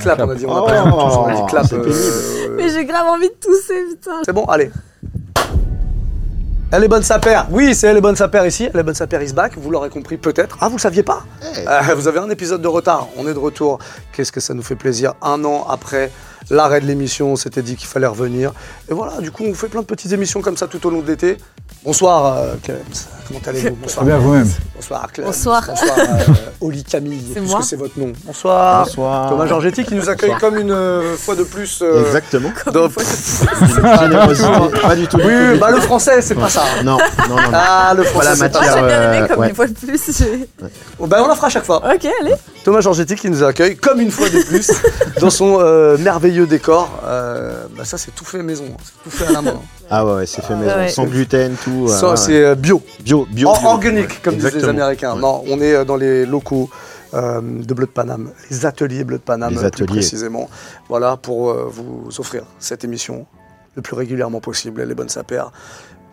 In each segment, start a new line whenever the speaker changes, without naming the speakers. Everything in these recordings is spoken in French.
clap, on a dit, on a pas on
Oh,
a dit clap.
c'est
euh,
pénible.
Mais j'ai grave envie de tousser, putain.
C'est bon, allez. Elle est bonne sa paire. Oui, c'est elle est bonne sa paire ici. Elle est bonne sa paire is back. Vous l'aurez compris peut-être. Ah, vous le saviez pas
Hey.
Euh, Vous avez un épisode de retard. On est de retour. Qu'est-ce que ça nous fait plaisir. Un an après l'arrêt de l'émission, on s'était dit qu'il fallait revenir. Et voilà, du coup, on fait plein de petites émissions comme ça tout au long de l'été. Bonsoir, euh, Clemens. Comment allez-vous Bonsoir.
Très Eh bien vous-même.
Bonsoir, Clemens.
Bonsoir.
Bonsoir, euh, Oli Camille,
C'est
puisque
moi.
c'est votre nom. Bonsoir.
Bonsoir.
Thomas Georgetti qui nous accueille comme une euh, fois de plus. euh,
Exactement.
dans-
Générosité, pas du tout. du tout,
Oui,
du
bah
tout.
le français, c'est pas ça. hein.
Non, non, non. non.
Ah, le
Pas
français,
la
c'est pas
Moi,
ça.
matière.
j'aime bien les
euh,
mecs comme
ouais.
une fois de plus. j'ai-
Bah, on la fera à chaque fois.
Ok, allez.
Thomas Georgetti qui nous accueille comme une fois de plus dans son euh, merveilleux décor. Euh, bah, ça, c'est tout fait maison, hein. c'est tout fait à la main. hein.
Ah ouais, ouais, c'est fait maison.
ouais.
Sans gluten, tout.
ça,
euh, ouais, ouais.
c'est euh, bio,
bio, bio.
Or-
bio.
organique,
Ouais,
comme disent les
exactement.
Américains.
Ouais.
Non, on est euh, dans les locaux. euh, de Bleu de Paname, les ateliers Bleu de Paname
Les
plus
ateliers.
précisément, voilà pour euh, vous offrir cette émission le plus régulièrement possible, les bonnes sapères,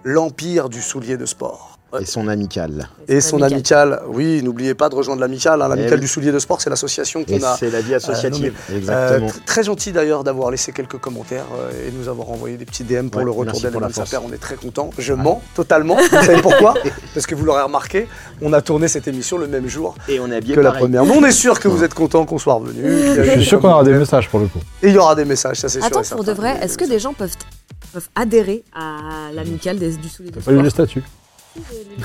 l'empire du soulier de sport. Ouais.
Et son amical.
Et son
Amical.
amicale, oui, n'oubliez pas de rejoindre l'amicale. hein.
Eh
L'amicale
oui.
du soulier de sport, c'est l'association
Et
qu'on a.
c'est la vie associative.
Euh,
Exactement.
tr- très gentil d'ailleurs d'avoir laissé quelques commentaires euh, et nous avoir envoyé des petits DM pour
Ouais,
le retour
merci
d'Elle
pour la force.
Sapère. On est très content. Je mens totalement. Vous savez pourquoi Parce que vous l'aurez remarqué, on a tourné cette émission le même jour
Et on est habillé
que la
pareil.
première. Mais on est sûr que vous êtes content qu'on soit revenu. qu'il y a eu
Je suis
des
sûr qu'on aura des
commentaires.
messages pour le coup.
Et il y aura des messages, ça c'est sûr.
Attends,
et certain.
pour de vrai, est-ce que des gens peuvent, peuvent adhérer à l'amicale des- du soulier de
Pas lu
sport
les statuts.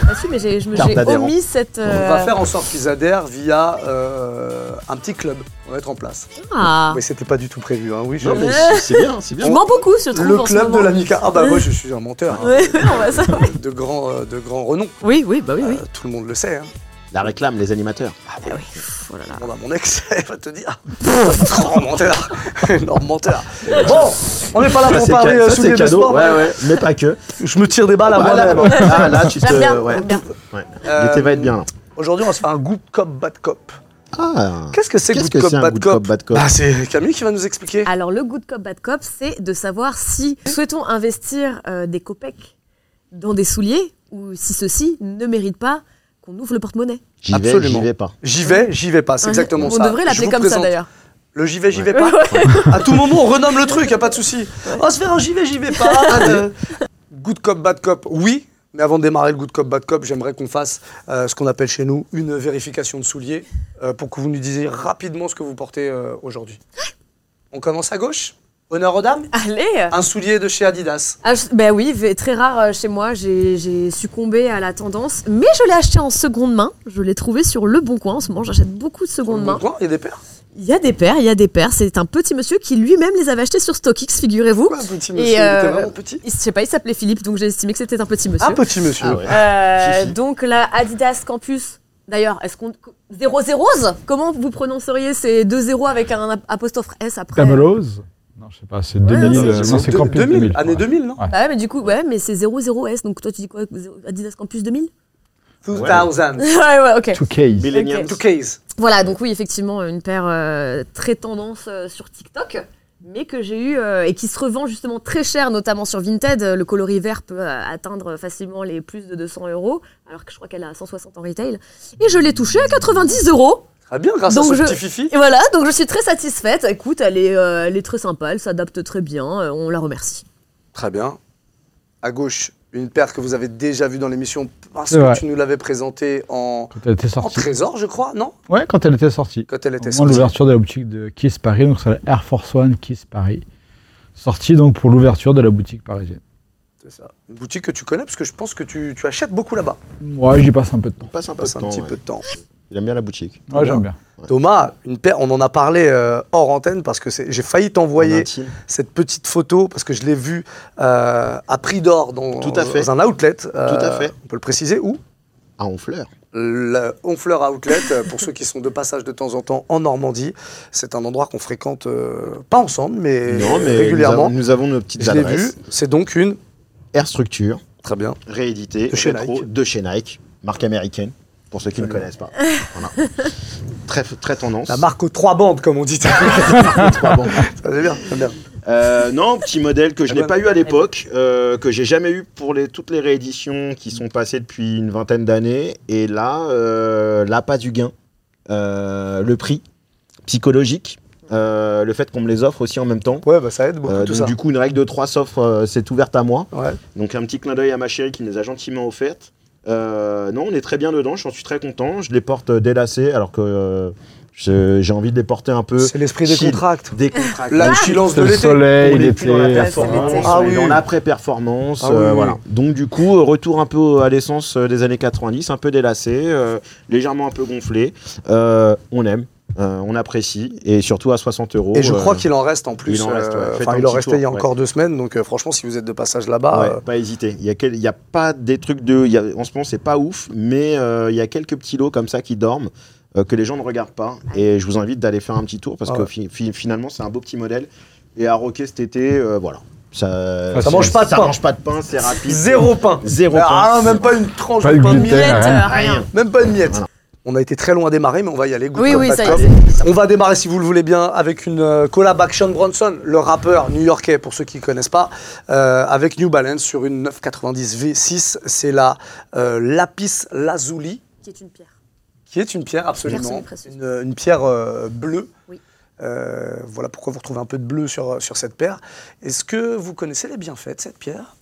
Ah si, mais j'ai je me-
Carte
j'ai
adhérent.
omis cette...
On
euh,
va faire en sorte qu'ils adhèrent via euh, un petit club. On va mettre en place.
ah.
Mais c'était pas du tout prévu. hein. Oui, je-
Non, mais c'est- c'est bien, c'est
Je
bien.
mens beaucoup, je trouve,
Le
en ce
club de
moment.
l'amica. Ah bah moi je suis un menteur. hein.
Ouais, ouais, on va ça.
De- De grand, euh, de grand renom.
Oui, oui, bah oui, oui.
Euh, tout le monde le sait. hein.
La réclame, les animateurs.
Ah,
Bah oui, pff, oh là là.
Bon, bah, mon ex, elle va te dire. Grand menteur. Énorme menteur. Bon, on n'est pas là
Ça,
pour
c'est
parler
ca-
euh,
ça, c'est
souliers de
cadeau.
sport.
Ouais, ouais, mais pas que.
Je me tire des balles à
Ah, là,
moi-même.
ah, là, tu
J'aime bien,
te. Ouais.
j'aime bien.
Ouais.
Euh,
L'été va être bien. là.
Aujourd'hui, on va se faire un good cop, bad cop.
Ah.
Qu'est-ce que c'est
Qu'est-ce
good
que
cop,
c'est un
bad
good
cop
cop, bad cop
Ah, C'est Camille qui va nous expliquer.
Alors, le good cop, bad cop, c'est de savoir si nous souhaitons investir euh, des copecs dans des souliers ou si ceux-ci ne méritent pas qu'on ouvre le porte-monnaie.
J'y vais,
Absolument.
j'y vais pas.
J'y vais, j'y vais pas. C'est
Ouais,
exactement
Hein? on
ça.
devrait
Je
l'appeler
vous
comme ça
présente
d'ailleurs.
Le j'y vais, j'y vais
Ouais.
pas. À tout moment, on renomme le truc, y a pas de souci. On va se faire un j'y vais, j'y vais pas. de- Good cop, bad cop, oui. Mais avant de démarrer le good cop, bad cop, j'aimerais qu'on fasse euh, ce qu'on appelle chez nous une vérification de souliers euh, pour que vous nous disiez rapidement ce que vous portez euh, aujourd'hui. On commence à gauche. Honneur aux dames.
Allez
Un soulier de chez Adidas.
Ah, je- Ben oui, v- très rare euh, chez moi, j'ai j'ai succombé à la tendance, mais je l'ai acheté en seconde main, je l'ai trouvé sur Le Bon Coin, en ce moment j'achète beaucoup de seconde main.
Bon coin, il y a des paires.
Il y a des paires, il y a des paires, c'est un petit monsieur qui lui-même les avait achetés sur StockX, figurez-vous.
Quoi, un petit monsieur Il
euh,
était vraiment petit
Il- Je sais pas, il s'appelait Philippe, donc j'ai estimé que c'était un petit monsieur.
Un petit monsieur.
Ah ouais.
Euh,
Fifi.
donc la Adidas Campus, d'ailleurs, est-ce qu'on... 0-0 Comment vous prononceriez ces 2-0 avec un ap- apostrophe S après
Camelose Non, je sais pas, c'est 2000.
non,
euh, Non, c'est
Deux-
Campus
2000,
2000.
Année
ouais.
2000, non
Bah ouais, mais du coup, ouais, mais c'est 0-0-S, donc toi tu dis quoi zéro- Adidas Campus 2000
2000.
Ouais, ouais, ok.
2K.
Millennium.
Two case.
Voilà, donc oui, effectivement, une paire euh, très tendance euh, sur TikTok, mais que j'ai eu euh, et qui se revend justement très cher, notamment sur Vinted. Euh, Le coloris vert peut euh, atteindre facilement les plus de 200 euros, alors que je crois qu'elle a 160 en retail. Et je l'ai touchée à 90 euros.
Très bien, grâce
Donc
à ce
je-
petit fifi.
Et voilà, donc je suis très satisfaite. Écoute, elle est, euh, elle est très sympa, elle s'adapte très bien, euh, on la remercie.
Très bien. À gauche, une paire que vous avez déjà vue dans l'émission parce
C'est
que
vrai.
tu nous l'avais présentée en,
Quand elle était
en
sortie.
trésor, je crois, non
Ouais, quand elle était sortie.
Quand elle
Au
était
moment
sortie.
de l'ouverture de la boutique de Kiss Paris, donc c'est la Air Force One Kiss Paris. Sortie donc pour l'ouverture de la boutique parisienne.
C'est ça. Une boutique que tu connais parce que je pense que tu, tu achètes beaucoup là-bas.
Ouais, j'y passe un peu de temps.
On passe un
On
peu de
passe un
temps.
petit
ouais.
peu de temps.
Il aime bien la boutique.
Ouais, j'aime bien.
Thomas, une paire, on en a parlé euh, hors antenne parce que c'est- j'ai failli
En
t'envoyer
intime.
cette petite photo parce que je l'ai vue euh, à prix d'or dans,
Tout à fait.
dans un outlet. Tout
à fait.
On peut le préciser où
Ah, on fleur.
le Honfleur Outlet, euh, pour ceux qui sont de passage de temps en temps en Normandie. C'est un endroit qu'on fréquente, euh, pas ensemble, mais, régulièrement.
Nous avons, nous avons nos petites
Je l'ai vu,
adresses.
c'est donc une...
Air Structure,
Très bien.
réédité,
De chez
rétro,
Nike.
de chez Nike, marque américaine, pour ceux qui ne
Absolument.
connaissent pas. Voilà. très, très tendance.
La marque aux trois bandes, comme on dit. Très
Trois bandes.
bien, très bien.
Euh, non, petit modèle que je
Eh
n'ai
ben.
pas eu à l'époque, euh, que j'ai jamais eu pour les, toutes les rééditions qui sont passées depuis une vingtaine d'années. Et là, euh, là, pas du gain. Euh, le prix, psychologique. Euh, le fait qu'on me les offre aussi en même temps.
Ouais, bah ça aide beaucoup
Euh,
tout
donc,
ça.
du coup, une règle de 3 s'offre, euh, s'est ouverte à moi.
Ouais.
Donc un petit clin d'œil à ma chérie qui nous a gentiment offertes. Euh, non, on est très bien dedans, j'en suis très content. Je les porte euh, délacées alors que euh, je- j'ai envie de les porter un peu
C'est l'esprit des
chill.
contracts.
décontractées.
La chillance
C'est
de
le
l'été.
soleil,
On est plus dans la
l'été.
performance,
l'été.
Ah
on est
oui.
dans l'après-performance.
Ah oui,
euh,
oui.
voilà. Donc du coup, euh, retour un peu à l'essence euh, des années 90, un peu délacé, euh, légèrement un peu gonflé. Euh, on aime, euh, on apprécie, et surtout à 60 euros.
Et je
euh,
crois qu'il en reste en plus.
il en reste, ouais.
euh,
Faites
Enfin,
un
il en
petit
restait il y a
tour, ouais.
encore deux semaines, donc euh, franchement, si vous êtes de passage là-bas,
ouais,
euh,
Pas hésiter. Il y a, quel- il y a pas des trucs de. il y a- en ce moment, c'est pas ouf, mais euh, il y a quelques petits lots comme ça qui dorment. euh, que les gens ne regardent pas. Et je vous invite d'aller faire un petit tour parce
Ah
que
ouais.
fi- fi- finalement, c'est un beau petit modèle. Et à roquer cet été, euh, voilà. Ça,
Ça
mange pas de
ça
pain.
mange pas de pain, c'est rapide.
zéro pain.
Zéro
Ah,
pain.
même pas une tranche
Pas
de
de
pain de
gluten.
miette.
Miette, euh,
Rien.
rien.
Même pas une miette.
Voilà.
On a été très loin à démarrer, mais on va y aller. Good
Oui,
cop,
oui,
bad
ça y
cop.
est.
On va démarrer, si vous le voulez bien, avec une euh, collab Action Bronson, le rappeur new-yorkais, pour ceux qui ne connaissent pas, euh, avec New Balance sur une 990 V6. C'est la euh, Lapis Lazuli,
Qui est une pierre.
qui est une pierre absolument,
Personne précieuse.
une, une pierre euh, bleue.
Oui.
Euh, voilà pourquoi vous retrouvez un peu de bleu sur, euh, sur cette paire. Est-ce que vous connaissez les bienfaits de cette pierre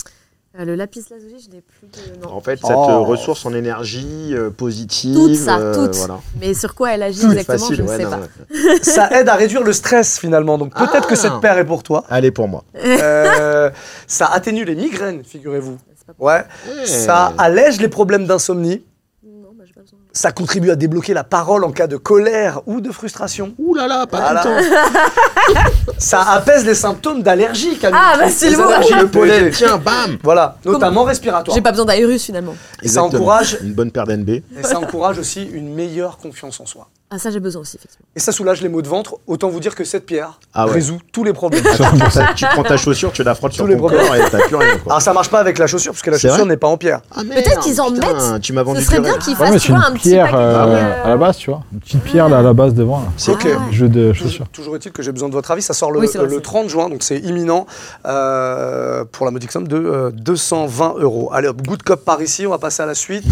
Euh, le lapis lazuli, je n'ai plus de nom.
En fait, cette
Oh.
euh, ressource en énergie euh, positive.
Toutes ça,
euh,
toutes.
voilà.
Mais sur quoi elle agit
Tout
exactement,
facile,
je ne
ouais,
sais
non,
pas.
ouais.
Ça aide à réduire le stress finalement, donc peut-être
Ah.
que cette paire est pour toi.
Allez pour moi.
Euh, ça atténue les migraines, figurez-vous.
C'est pas pour-
Ouais.
Eh.
Ça allège les problèmes d'insomnie.
Non, bah, j'ai pas besoin.
Ça contribue à débloquer la parole en cas de colère ou de frustration.
Ouh là là, pas
Voilà.
tout le temps.
Ça apaise les symptômes d'allergie, Camille.
Ah, bah, c'est
Les
le mot.
allergies, le pollen.
Tiens, bam
Voilà, notamment respiratoire.
J'ai pas besoin d'aérus finalement.
Et ça encourage-
Une bonne paire d'NB.
Et ça encourage aussi une meilleure confiance en soi.
Ah, ça, j'ai besoin aussi, effectivement.
Et ça soulage les maux de ventre. Autant vous dire que cette pierre
Ah ouais.
résout tous les problèmes.
Ça, tu prends ta chaussure, tu la frottes sur
Tous les
ton
problèmes.
corps et t'as plus rien. Quoi.
Alors Ah, ça marche pas avec la chaussure, parce que la
C'est
chaussure
vrai
n'est pas en pierre.
Ah, merde,
Peut-être qu'ils en
putain, Tu m'as vendu
Ce serait
du
bien
rêve.
qu'ils
Ouais,
fassent,
Ah, mais
tu
c'est
vois,
une
un petit
pierre
paquet.
euh, à la base, tu vois. Une petite pierre là, à la base devant. là.
C'est
Ok.
Ah ouais.
Jeu de chaussures.
Toujours, toujours est-il que j'ai besoin de votre avis. Ça sort le,
Oui, c'est vrai,
le
c'est-
30 juin, donc c'est imminent euh, pour la modique somme de euh, 220 euros. Allez hop, good cop par ici, on va passer à la suite.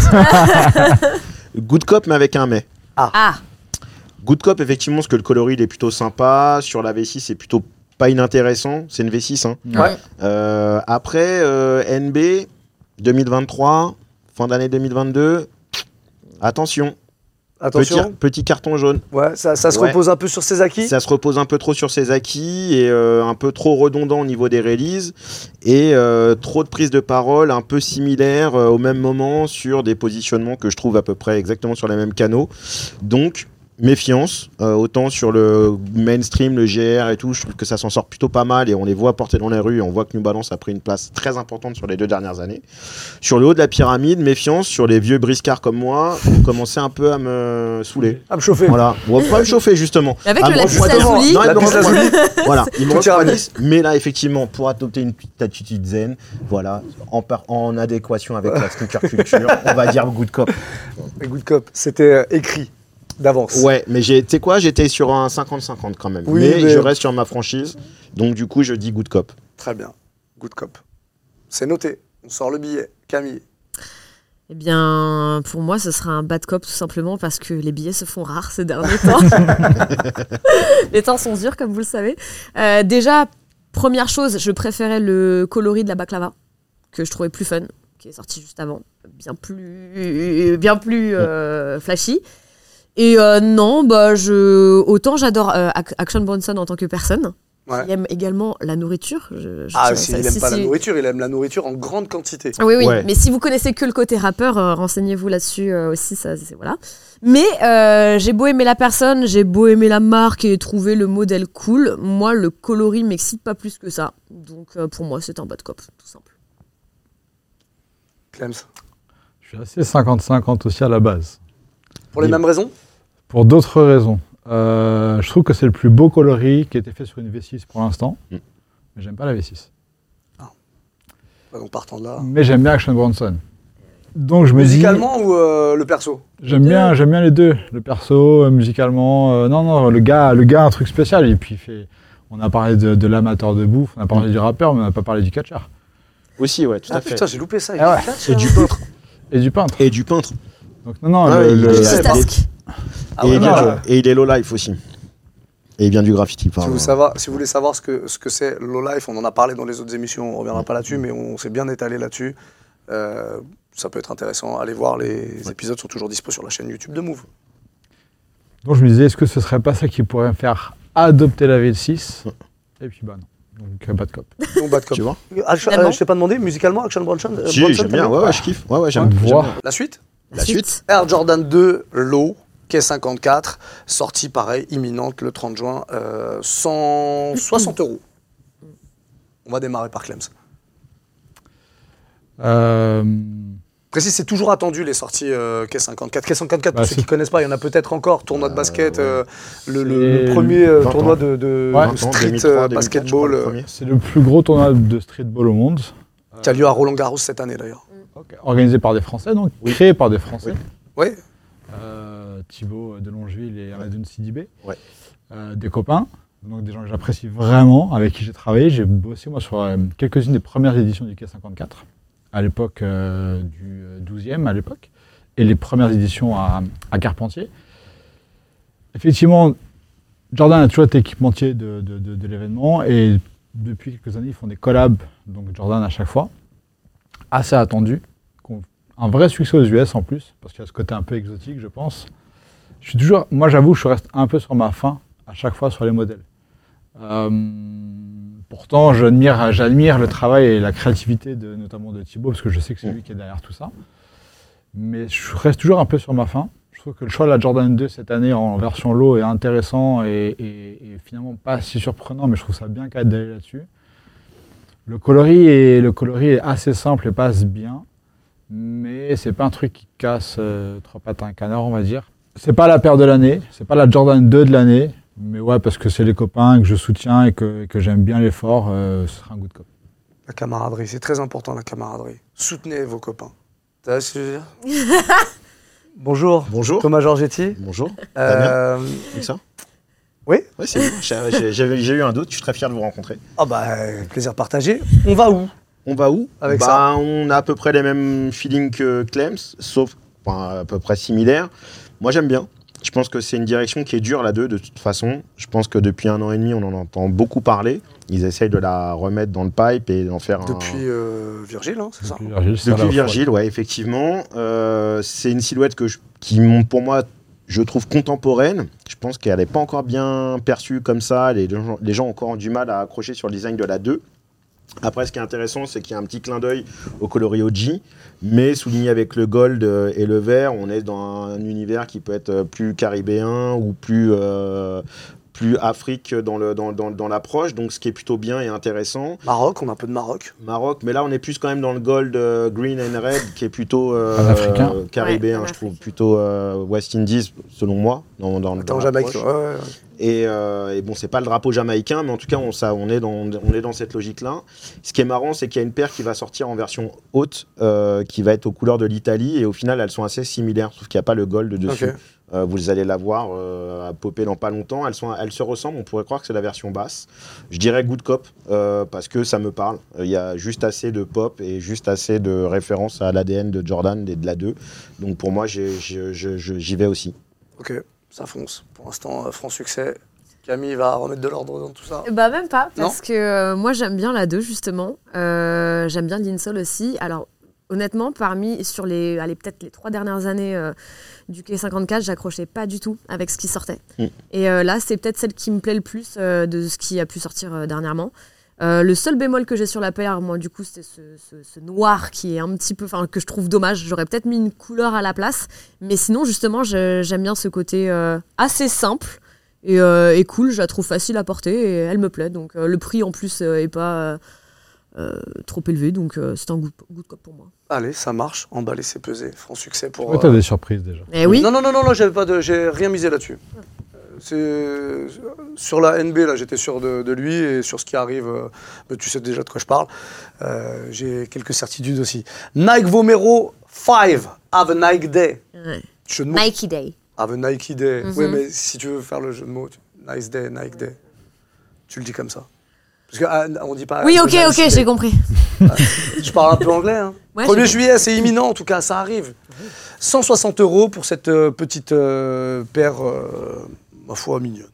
Good cop, mais avec un mais.
Ah,
Good Cop, effectivement, parce que le coloris, il est plutôt sympa. Sur la V6, c'est plutôt pas inintéressant. C'est une V6. Hein.
Ouais.
Euh, après, euh, NB 2023, fin d'année 2022. Attention,
Attention,
Petit, petit carton jaune.
ouais, ça, ça se
Ouais.
repose un peu sur ses acquis.
Ça se repose un peu trop sur ses acquis et euh, un peu trop redondant au niveau des releases et euh, trop de prises de parole un peu similaires euh, au même moment sur des positionnements que je trouve à peu près exactement sur les mêmes canaux. Donc méfiance, euh, autant sur le mainstream, le GR et tout, je trouve que ça s'en sort plutôt pas mal et on les voit porter dans les rues, et on voit que New Balance a pris une place très importante sur les deux dernières années. Sur le haut de la pyramide, méfiance sur les vieux briscards comme moi, vous commencez un peu à me saouler.
À me chauffer.
Voilà, on va pas me chauffer justement.
Avec
Ah,
le
bon,
lapis
justement.
lazuli.
Non,
La
non,
piste
non,
lazuli.
Voilà, ils me
Tout ira bien.
refroidissent, mais là effectivement, pour adopter une petite attitude zen, voilà, en, par- en adéquation avec la sneaker culture, on va dire good cop.
Et Good cop, c'était euh, écrit d'avance.
Ouais, mais j'ai- tu sais quoi, j'étais sur un 50-50 quand même,
Oui,
mais,
mais-
je reste sur ma franchise, donc du coup je dis good cop.
Très bien, good cop. C'est noté, on sort le billet. Camille,
eh bien, pour moi, ce sera un bad cop tout simplement parce que les billets se font rares ces derniers temps. les temps sont durs, comme vous le savez. Euh, déjà, première chose, je préférais le coloris de la baklava que je trouvais plus fun, qui est sorti juste avant, bien plus, bien plus euh, flashy. Et euh, non, bah je, autant j'adore euh, Ac- Action Bronson en tant que personne.
Ouais.
qui aime également la nourriture. Je, je
ah,
tiens à
si,
ça.
il aime
Si,
pas la
si.
nourriture, il aime la nourriture en grande quantité.
Oui, oui.
Ouais.
Mais si vous connaissez que le côté rappeur, euh, renseignez-vous là-dessus euh, aussi. Ça, c'est- voilà. Mais euh, j'ai beau aimer la personne, j'ai beau aimer la marque et trouver le modèle cool, moi le coloris m'excite pas plus que ça. Donc euh, pour moi c'est un bad cop, tout simple.
Clems.
Je suis assez 50-50 aussi à la base.
Pour les
Oui.
mêmes raisons
Pour d'autres raisons. Euh, je trouve que c'est le plus beau coloris qui a été fait sur une V6 pour l'instant.
Mm.
Mais j'aime pas la V6.
Bah, Donc partant de là.
Mais j'aime bien Action Bronson. Donc je me dis.
Musicalement ou euh, le perso
J'aime bien, j'aime bien les deux. Le perso, euh, musicalement. euh, non, non, le gars, le gars a un truc spécial. Et puis, il fait, on a parlé de, de l'amateur de bouffe, on a
Mm.
parlé du rappeur, mais on n'a pas parlé du catcheur.
Aussi, ouais, tout
Ah
à fait.
putain, j'ai loupé ça. il
Ah
est
ouais.
catch,
Et du
hein.
peintre.
Et du peintre.
Et du peintre.
Donc, non, non,
Ah
le-
ouais, il
le-
est-
Multitask.
Ah ouais,
et, il est-
bah,
et il est low life aussi. Et il vient du graffiti,
Si
pardon.
vous, savoir- si vous voulez savoir ce que ce que c'est Low Life, on en a parlé dans les autres émissions, on ne reviendra pas là-dessus, mais on s'est bien étalé là-dessus. Euh, ça peut être intéressant. Allez voir, les épisodes sont toujours dispo sur la chaîne YouTube de Move.
Donc je me disais, est-ce que ce serait pas ça qui pourrait me faire adopter la V6
Mm.
Et puis bah non. Donc euh, pas de cop.
Donc, bad cop.
Tu vois
Ah, je
Finalement.
euh, je t'ai pas demandé, musicalement, Action Bronson euh,
Si,
Bronson,
j'aime
t'as
bien,
mis
ouais, ouais, je kiffe. Ouais, ouais, j'aime
Point de
j'aime
voir.
bien.
La suite
La suite
Air Jordan 2 Low. K54, sortie pareil, imminente le 30 juin, euh, 160 euros. On va démarrer par Clems.
Euh,
Précise, c'est toujours attendu les sorties euh, K54. K54, pour
Bah,
ceux qui
c'est-
connaissent pas, il y en a peut-être encore. Tournoi de basket,
ouais.
euh, le, le- le
C'est
premier euh,
20
tournoi
ans.
de, de-
Ouais.
de
20 ans,
street
2003,
euh,
2004, je crois,
basketball
le
euh,
premier.
C'est le plus gros tournoi de streetball au monde,
qui a lieu à Roland Garros cette année d'ailleurs.
organisé par des Français, donc créé par des Français.
Oui,
euh, Thibaut de Longeville et Aladoun Sidibé.
Ouais.
Euh, des copains, donc des gens que j'apprécie vraiment, avec qui j'ai travaillé. J'ai bossé moi sur euh, quelques-unes des premières éditions du K54, à l'époque euh, du euh, 12e, à l'époque, et les premières éditions à, à Carpentier. Effectivement, Jordan a toujours été équipementier de, de- de- de l'événement, et depuis quelques années, ils font des collabs, donc Jordan à chaque fois, assez attendu un vrai succès aux US en plus, parce qu'il y a ce côté un peu exotique, je pense. Je suis toujours, moi j'avoue, je reste un peu sur ma faim à chaque fois sur les modèles. Euh, pourtant, j'admire, j'admire le travail et la créativité de, notamment de Thibaut, parce que je sais que c'est lui qui est derrière tout ça. Mais je reste toujours un peu sur ma faim. Je trouve que le choix de la Jordan 2 cette année en version low est intéressant et, et- et finalement pas si surprenant, mais je trouve ça bien qu'à d'aller là-dessus. Le coloris, est, le coloris est assez simple et passe bien mais c'est pas un truc qui casse euh, trois pattes à un canard, on va dire. C'est pas la paire de l'année, c'est pas la Jordan 2 de l'année, mais ouais, parce que c'est les copains que je soutiens et que, que j'aime bien l'effort, euh, ce sera un good cop.
la camaraderie, c'est très important la camaraderie. Soutenez vos copains. T'as vu ce que je veux dire Bonjour,
Bonjour.
Thomas Giorgetti.
Bonjour.
Euh,
Comme ça
Oui.
Ouais, c'est bon. J'ai- j'ai- J'ai j'ai eu un doute, je suis très fier de vous rencontrer.
Ah bah, plaisir partagé. On va où
On va où
Avec
bah,
ça.
On a à peu près les mêmes feelings que Clems, sauf enfin, à peu près similaires. Moi, j'aime bien. Je pense que c'est une direction qui est dure, la 2, de toute façon. Je pense que depuis un an et demi, on en entend beaucoup parler. Ils essayent de la remettre dans le pipe et d'en faire un...
Depuis euh, Virgile, hein, c'est ça
Depuis Virgile, c'est à la
Depuis
fois-
Virgile, ouais, effectivement. Euh, c'est une silhouette que je- qui, mon- pour moi, je trouve contemporaine. Je pense qu'elle n'est pas encore bien perçue comme ça. Les gens, les gens ont encore du mal à accrocher sur le design de la 2. Après, ce qui est intéressant, c'est qu'il y a un petit clin d'œil au coloris OG, mais souligné avec le gold euh, et le vert, on est dans un univers qui peut être euh, plus caribéen ou plus, euh, plus Afrique dans l'approche. Dans, dans, dans l'approche. Donc, ce qui est plutôt bien et intéressant.
Maroc, on a un peu de Maroc.
Maroc, mais là on est plus quand même dans le gold euh, green and red qui est plutôt euh,
Panafricain.
euh, caribéen,
Ouais,
je trouve,
panafricain.
plutôt euh, West Indies selon moi. Dans, dans,
T'es en
dans
Jamaïque.
l'approche.
toi. Ouais, ouais, ouais.
Et, euh, et bon, c'est pas le drapeau jamaïcain, mais en tout cas on, ça, on, est, dans, on est dans cette logique-là. Ce qui est marrant, c'est qu'il y a une paire qui va sortir en version haute, euh, qui va être aux couleurs de l'Italie, et au final elles sont assez similaires, sauf qu'il n'y a pas le gold dessus.
Ok.
Euh, vous allez la voir euh, à popper dans pas longtemps. Elles, sont, elles se ressemblent, on pourrait croire que c'est la version basse. Je dirais Good Cop euh, parce que ça me parle. Euh, Il y a juste assez de pop et juste assez de références à l'ADN de Jordan et de la 2. Donc pour moi, j'ai- je- je- je- j'y vais aussi.
Ok, ça fonce. Pour l'instant, euh, franc succès. Camille va remettre de l'ordre dans tout ça.
Bah même pas,
Non
parce que euh, moi j'aime bien la 2 justement. Euh, j'aime bien Linsol aussi. Alors honnêtement, parmi sur les, allez peut-être les trois dernières années euh, du K54, j'accrochais pas du tout avec ce qui sortait.
Mm.
Et euh, là, c'est peut-être celle qui me plaît le plus euh, de ce qui a pu sortir euh, dernièrement. Euh, le seul bémol que j'ai sur la paire, moi du coup, c'est ce, ce- ce noir qui est un petit peu, enfin que je trouve dommage. J'aurais peut-être mis une couleur à la place, mais sinon justement, je- j'aime bien ce côté euh, assez simple et, euh, et cool, je la trouve facile à porter et elle me plaît. Donc euh, le prix en plus euh, est pas euh, euh, trop élevé, donc euh, c'est un good, good cop pour moi.
Allez, ça marche. Emballé, c'est pesé. Franc succès pour.
Ouais, t'as
euh,
des surprises déjà.
Eh oui,
Non, non, non, non, non, j'avais pas de, j'ai rien misé là-dessus. Euh, C'est sur la NB là, j'étais sûr de, de lui et sur ce qui arrive, euh, mais tu sais déjà de quoi je parle. Euh, j'ai quelques certitudes aussi. Nike Vomero 5 Have a Nike Day.
Ouais.
Jeu de mots.
Nike Day.
Have a Ah, Nike Day. Oui,
Mhm.
mais si tu veux faire le jeu de mots, tu- Nice Day, Nike Day. Tu le dis comme ça. Parce que ah, on dit pas.
Oui,
Have a
ok,
nice
ok,
day.
j'ai compris.
Je parle un peu anglais. Hein.
Ouais,
1er
j'ai-
juillet, c'est imminent en tout cas, ça arrive. 160 euros pour cette euh, petite euh, paire, euh, ma foi, mignonne.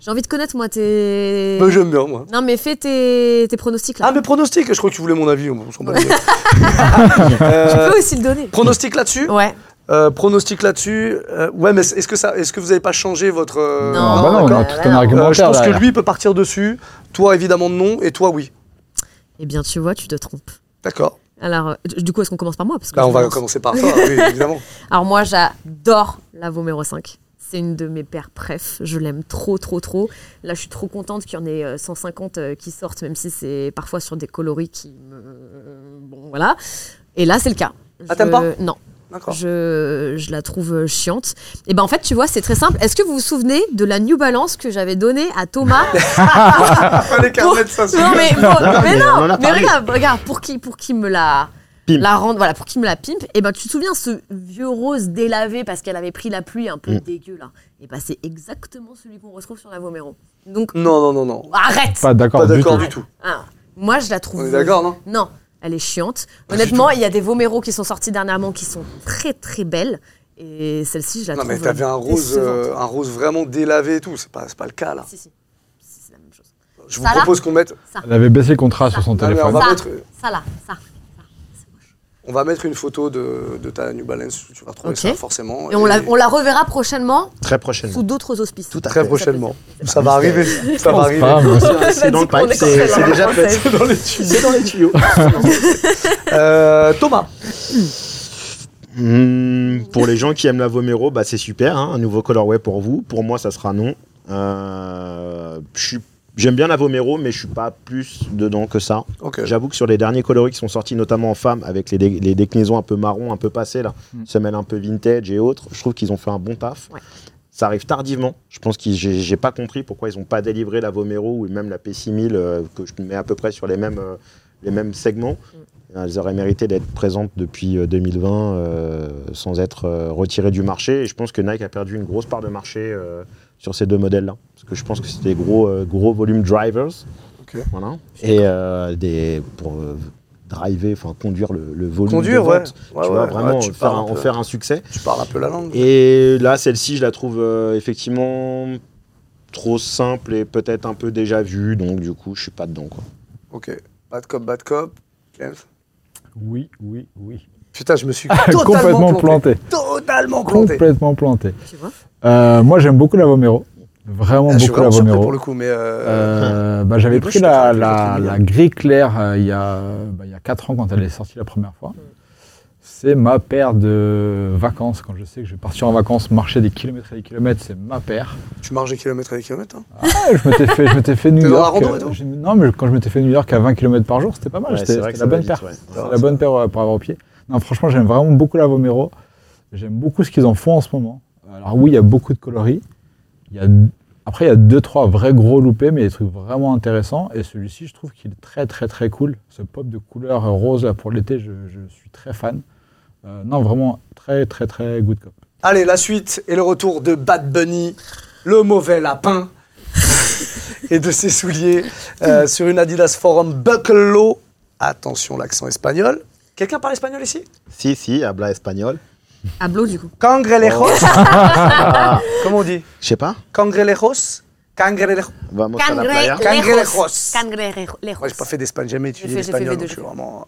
J'ai envie de connaître, moi, tes.
Bah, J'aime bien, moi.
Non, mais fais tes, tes pronostics là.
Ah, mes pronostics, je crois que tu voulais mon avis. on s'en bat les couilles.
tu
Euh,
peux aussi le donner.
Pronostic là-dessus
Ouais.
Euh, Pronostic là-dessus euh, Ouais, mais est-ce que, ça, est-ce que vous n'avez pas changé votre. euh,
bah
Non.
non, on a
d'accord.
tout un
Euh,
argumentaire.
Euh, je pense que
derrière.
lui peut partir dessus, toi évidemment non, et toi oui.
Eh bien, tu vois, tu te trompes.
D'accord.
Alors, euh, du coup, est-ce qu'on commence par moi Parce que
Bah,
je
on va
commence.
commencer par toi, oui, évidemment.
Alors moi, j'adore la Vomero 5. C'est une de mes paires préf. Je l'aime trop, trop, trop. Là, je suis trop contente qu'il y en ait euh, 150 euh, qui sortent, même si c'est parfois sur des coloris qui me... Bon, voilà. Et là, c'est le cas.
Ah,
Je-
t'aimes pas
Non,
D'accord.
je, je la trouve euh, chiante. Et ben en fait, tu vois, c'est très simple. Est-ce que vous vous souvenez de la New Balance que j'avais donnée à Thomas
Fallait qu'un
Pour-
mètre, ça, c'est-
Non mais, bon,
non,
mais
mais
non,
on en a
mais
parlé.
regarde, regarde pour qui pour qui me la
Ah, Pimp.
la rende voilà pour qui me la pimpe et ben tu te souviens ce vieux rose délavé parce qu'elle avait pris la pluie un peu
Mm.
dégueu là et ben c'est exactement celui qu'on retrouve sur la Vomero donc
Non, non, non, non.
arrête
Pas d'accord
Pas
du
d'accord
tout.
du tout.
Ah, moi je la
On
trouve
est d'accord, non
non elle est chiante
Pas du
honnêtement il y a des Vomero qui sont sortis dernièrement qui sont très très belles et celle-ci je la
Non,
trouve
mais t'avais un rose,
décevante.
euh, un rose vraiment délavé et tout. C'est pas, c'est pas le cas, là.
si si Si, c'est la même chose
Je vous
Ça, là
propose qu'on mette.
Elle avait baissé le contrat sur son
Non, Ah, mais on,
téléphone.
va
Ça.
mettre
ça là ça, ça c'est moche
on va mettre une photo de, de ta New Balance. Tu vas trouver
Ok.
ça, forcément.
Et on la, on la reverra prochainement
Très prochainement.
sous d'autres auspices. Tout
Très prochainement. Ça va arriver. Ça va
C'est pas
arriver.
grave.
C'est dans le pipe, c'est c'est déjà fait. C'est dans les tuyaux. C'est dans les tuyaux.
Euh, Thomas.
Hmm, pour les gens qui aiment la Vomero, bah, c'est super, hein, un nouveau colorway pour vous. Pour moi, ça sera non. Euh, je suis- J'aime bien la Vomero, mais je suis pas plus dedans que ça.
Ok.
J'avoue que sur les derniers coloris qui sont sortis, notamment en femme, avec les, dé- les déclinaisons un peu marron, un peu passées, là,
Mm.
semelles un peu vintage et autres, je trouve qu'ils ont fait un bon taf.
Ouais.
Ça arrive tardivement. Je pense que j'ai j'ai pas compris pourquoi ils n'ont pas délivré la Vomero ou même la P6000, euh, que je mets à peu près sur les mêmes, euh, les mêmes segments. Elles auraient mérité d'être présentes depuis euh, 2020 euh, sans être euh, retirées du marché. Et je pense que Nike a perdu une grosse part de marché euh, sur ces deux modèles-là. Parce que je pense que c'était des gros, euh, gros volume drivers.
Ok.
Voilà. Et euh, des, pour euh, driver, enfin conduire le, le volume.
Conduire,
de
ouais.
vente.
Ouais,
tu vois,
ouais,
vraiment
ouais, tu
faire,
parles
un-
un peu.
en faire un succès.
Tu parles un peu la langue.
Et là, celle-ci, je la trouve euh, effectivement trop simple et peut-être un peu déjà vue. Donc du coup, je suis pas dedans. Quoi.
Ok. Bad cop, bad cop. James.
Oui, oui, oui.
Putain, je me suis
Ah, Complètement
Ah, totalement planté.
planté.
Totalement planté.
Complètement planté.
Tu vois
Euh, moi, j'aime beaucoup la Vomero. Vraiment
Ah, je suis
beaucoup la
vraiment surpris pour
Vomero.
le coup, mais. euh,
Euh, bah, J'avais
moi, je
pris
suis
la,
d'accord avec les
la,
autres,
la
Emilien.
gris clair euh, il y a 4 ans quand elle est sortie la première fois. C'est ma paire de vacances. Quand je sais que je vais partir en vacances, marcher des kilomètres et des kilomètres, c'est ma paire.
Tu marches des kilomètres et des kilomètres. hein.
Ah, je m'étais fait, je m'étais fait New
T'es dans la
York.
rando et
euh,
tout
j'ai- non, mais quand je m'étais fait New York à 20 km par jour, c'était pas mal.
Ouais,
c'était c'était la
va
bonne
vite,
paire.
ouais.
Ça va,
C'est
ça
la
va.
bonne paire euh, pour avoir au pied. Non, franchement, j'aime vraiment beaucoup la Vomero. J'aime beaucoup ce qu'ils en font en ce moment. Alors oui, il y a beaucoup de coloris. Il y a... Après, il y a deux, trois vrais gros loupés, mais des trucs vraiment intéressants. Et celui-ci, je trouve qu'il est très, très, très cool. Ce pop de couleur rose là, pour l'été, je, je suis très fan. Euh, non, vraiment, très, très, très good cop.
Allez, la suite et le retour de Bad Bunny, le mauvais lapin, et de ses souliers euh, sur une Adidas Forum Buckle Low. Attention, l'accent espagnol. Quelqu'un parle espagnol ici
Si, si, habla espagnol.
Ablo, du coup.
Cangrelejos. Comment on dit
Je sais pas.
Cangrelejos Cangrelejos.
Vamos à la playa.
Cangrejos.
Cangrejos.
Moi, j'ai pas fait d'Espagne, jamais étudié
J'ai fait- j'ai fait
l'espagnol, donc
les deux,
je suis
j'ai fait.
vraiment.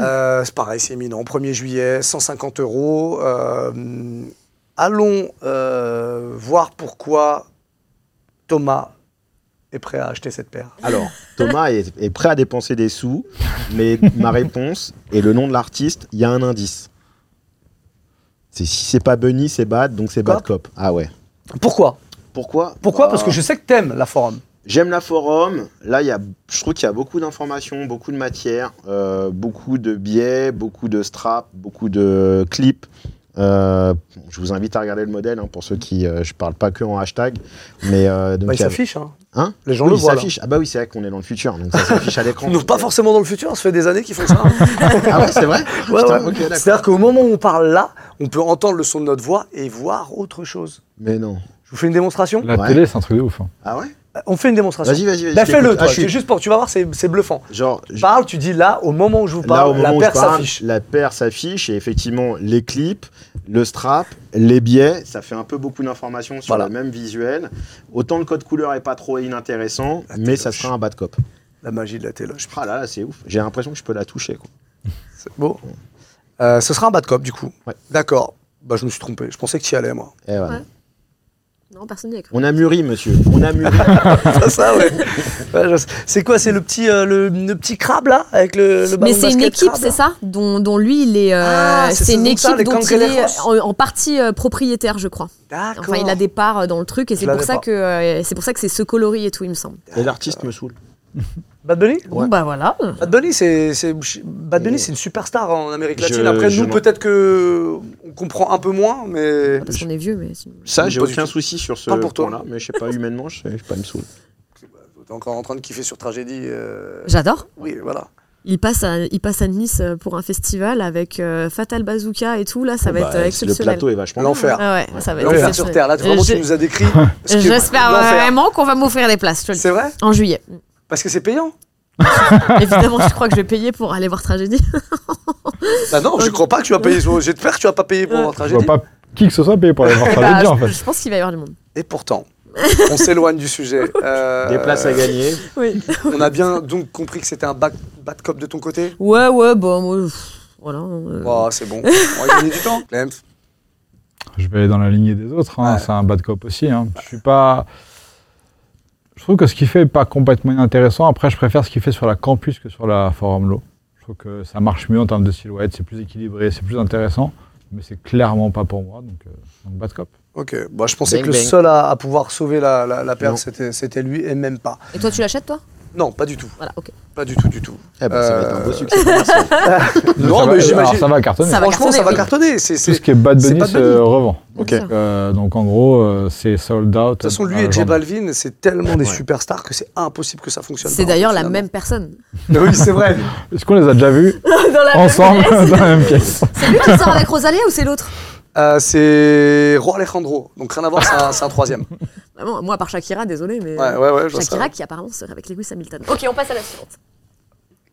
Euh, c'est pareil, c'est éminent. 1er juillet, 150 euros. Euh, allons euh, voir pourquoi Thomas est prêt à acheter cette paire.
Alors, Thomas est, est prêt à dépenser des sous, mais ma réponse et le nom de l'artiste, il y a un indice. C'est si c'est pas Bunny, c'est Bad, donc c'est Bad Cop. Ah ouais.
Pourquoi
Pourquoi
Pourquoi
Bah,
Parce que je sais que t'aimes la forum.
J'aime la forum. Là, il y a, je trouve qu'il y a beaucoup d'informations, beaucoup de matière, euh, beaucoup de biais, beaucoup de straps, beaucoup de clips. Euh, je vous invite à regarder le modèle hein, pour ceux qui. euh, je parle pas que en hashtag, mais euh, donc
Bah, il
il y a-
s'affiche, hein.
Hein
Les gens
Oui,
le
il
voient. là.
s'affiche. Ah bah oui, c'est vrai qu'on est dans le futur, donc ça s'affiche à l'écran.
Non, pas forcément dans le futur, ça fait des années qu'ils font ça. hein.
Ah ouais, c'est vrai
Ouais,
Putain,
ouais.
ok, d'accord.
C'est-à-dire qu'au moment où on parle là, on peut entendre le son de notre voix et voir autre chose.
Mais non.
Je vous fais une démonstration
La
Ouais.
télé, c'est un truc de ouf. hein.
Ah ouais
On fait une démonstration.
Vas-y, vas-y, vas-y.
Bah,
je
fais-le,
t'écoute.
toi.
Ah, je suis-
C'est juste pour, tu vas voir, c'est c'est bluffant.
Genre, je-
Parle, tu dis là, au moment où je vous
là, au
parle,
moment
la
où je
paire
parle,
s'affiche.
La paire s'affiche et effectivement, les clips, le strap, les biais, ça fait un peu beaucoup d'informations sur
Voilà.
le même visuel. Autant le code couleur est pas trop inintéressant,
Ah, t'es
mais ça
moche.
sera un bad cop.
La magie de la téloche.
Ah là là, c'est ouf. J'ai l'impression que je peux la toucher. Quoi.
Bon. Euh, ce sera un bad cop, du coup.
Ouais.
D'accord. Bah, je me suis trompé. Je pensais que tu y allais, moi.
Eh voilà.
Ouais. Non, personne n'y a cru.
On a mûri, monsieur. On a mûri. Ah,
C'est ça, ouais. Ouais, je sais. C'est quoi C'est le petit, euh, le, le petit crabe, là Avec le, le ballon
Mais
de
c'est une
basket
équipe,
crabe,
c'est
là
ça dont, dont lui, il est. euh,
Ah, c'est
c'est une
ça,
équipe
les
dont il est en,
Cangrejos.
en partie euh, propriétaire, je crois.
D'accord.
Enfin, il a des parts euh, dans le truc et
Je
c'est pour,
l'avais
ça
pas.
que, euh, c'est pour ça que c'est ce coloris et tout, il me semble.
et l'artiste me saoule.
Bad Bunny
Ouais.
Bon, bah voilà.
Bad Bunny, c'est c'est- Bad Bunny, c'est une superstar en Amérique
Oh. Je-
latine. Après,
je
nous,
m'en-
peut-être que on comprend un peu moins, mais
Parce qu'on est vieux, mais. sinon-
Ça, j'ai
Pas du
aucun
tout.
souci sur ce
Pas pour toi.
point-là, mais je sais pas, humainement, je sais je sais pas, il me saoule.
t'es encore en train de kiffer sur tragédie. euh,
J'adore.
Oui, voilà.
Il passe, à, il passe à Nice euh, pour un festival avec euh, Fatal Bazooka et tout, là,
Oh
ça va
Bah,
être euh,
Le
exceptionnel.
plateau est vachement bien.
L'enfer.
Ah ouais, ça va être
L'enfer sur
exceptionnel.
terre. Là, tu- vraiment,
Je-
tu nous as décrit. ce que-
J'espère
l'enfer.
vraiment qu'on va m'offrir des places, je te le dis.
C'est vrai
En juillet.
Parce que c'est payant.
Évidemment, je crois que je vais payer pour aller voir Tragédie.
Bah non, je crois pas que tu vas payer. J'espère que tu vas pas payer pour avoir
Je vois
tragédie.
pas qui que ce soit payé pour aller voir
Bah,
tragédie, en
je,
fait.
je pense qu'il va y avoir du monde.
Et pourtant, on s'éloigne du sujet. Euh,
Des places à gagner.
Oui.
On a bien donc compris que c'était un bac- bad cop de ton côté.
Ouais, ouais, bon, moi, pff, voilà. euh,
Oh, c'est bon. On va gagner du temps. Clem.
Je vais aller dans la lignée des autres. hein.
Ouais.
C'est un bad cop aussi. hein. Je suis pas. Je trouve que ce qu'il fait est pas complètement inintéressant. Après, je préfère ce qu'il fait sur la campus que sur la Forum Law. Je trouve que ça marche mieux en termes de silhouette. C'est plus équilibré, c'est plus intéressant. Mais c'est clairement pas pour moi. Donc, euh, donc bad cop.
Ok. Bah, je pensais que
Bang,
le
bang.
seul à, à pouvoir sauver la, la, la
Non.
perte, c'était c'était lui et même pas.
Et toi, tu l'achètes, toi
Non, pas du tout.
Voilà, ok.
Pas du tout, du tout.
Eh ben, ça va être un
Euh,
beau succès commercial.
Non,
Ça va-
mais
alors,
j'imagine-
Ça va cartonner.
Ça va
Franchement, ça va
oui.
cartonner. C'est
Tout
c'est-
ce qui est Bad
c'est
Bunny
Bad
se
Bunny.
revend.
Ok.
Donc, euh, donc, en gros, euh, c'est sold out. euh,
De toute façon, lui et J Balvin, c'est tellement des
Ouais.
superstars que c'est impossible que ça fonctionne.
C'est
pas,
d'ailleurs la
finalement.
même personne.
Oui, c'est vrai.
Est-ce qu'on les a déjà vus
Ah,
Dans la
ensemble dans la même pièce
C'est lui qui sort avec Rosalia ou c'est l'autre
Euh, c'est Roi Alejandro. Donc rien à voir, c'est un- c'est un, troisième.
Vraiment, Bah, Moi, à part Shakira, désolé, mais.
Ouais, ouais, ouais. je vois ça.
Shakira qui apparemment sort avec Lewis Hamilton. Ok, on passe à la suivante.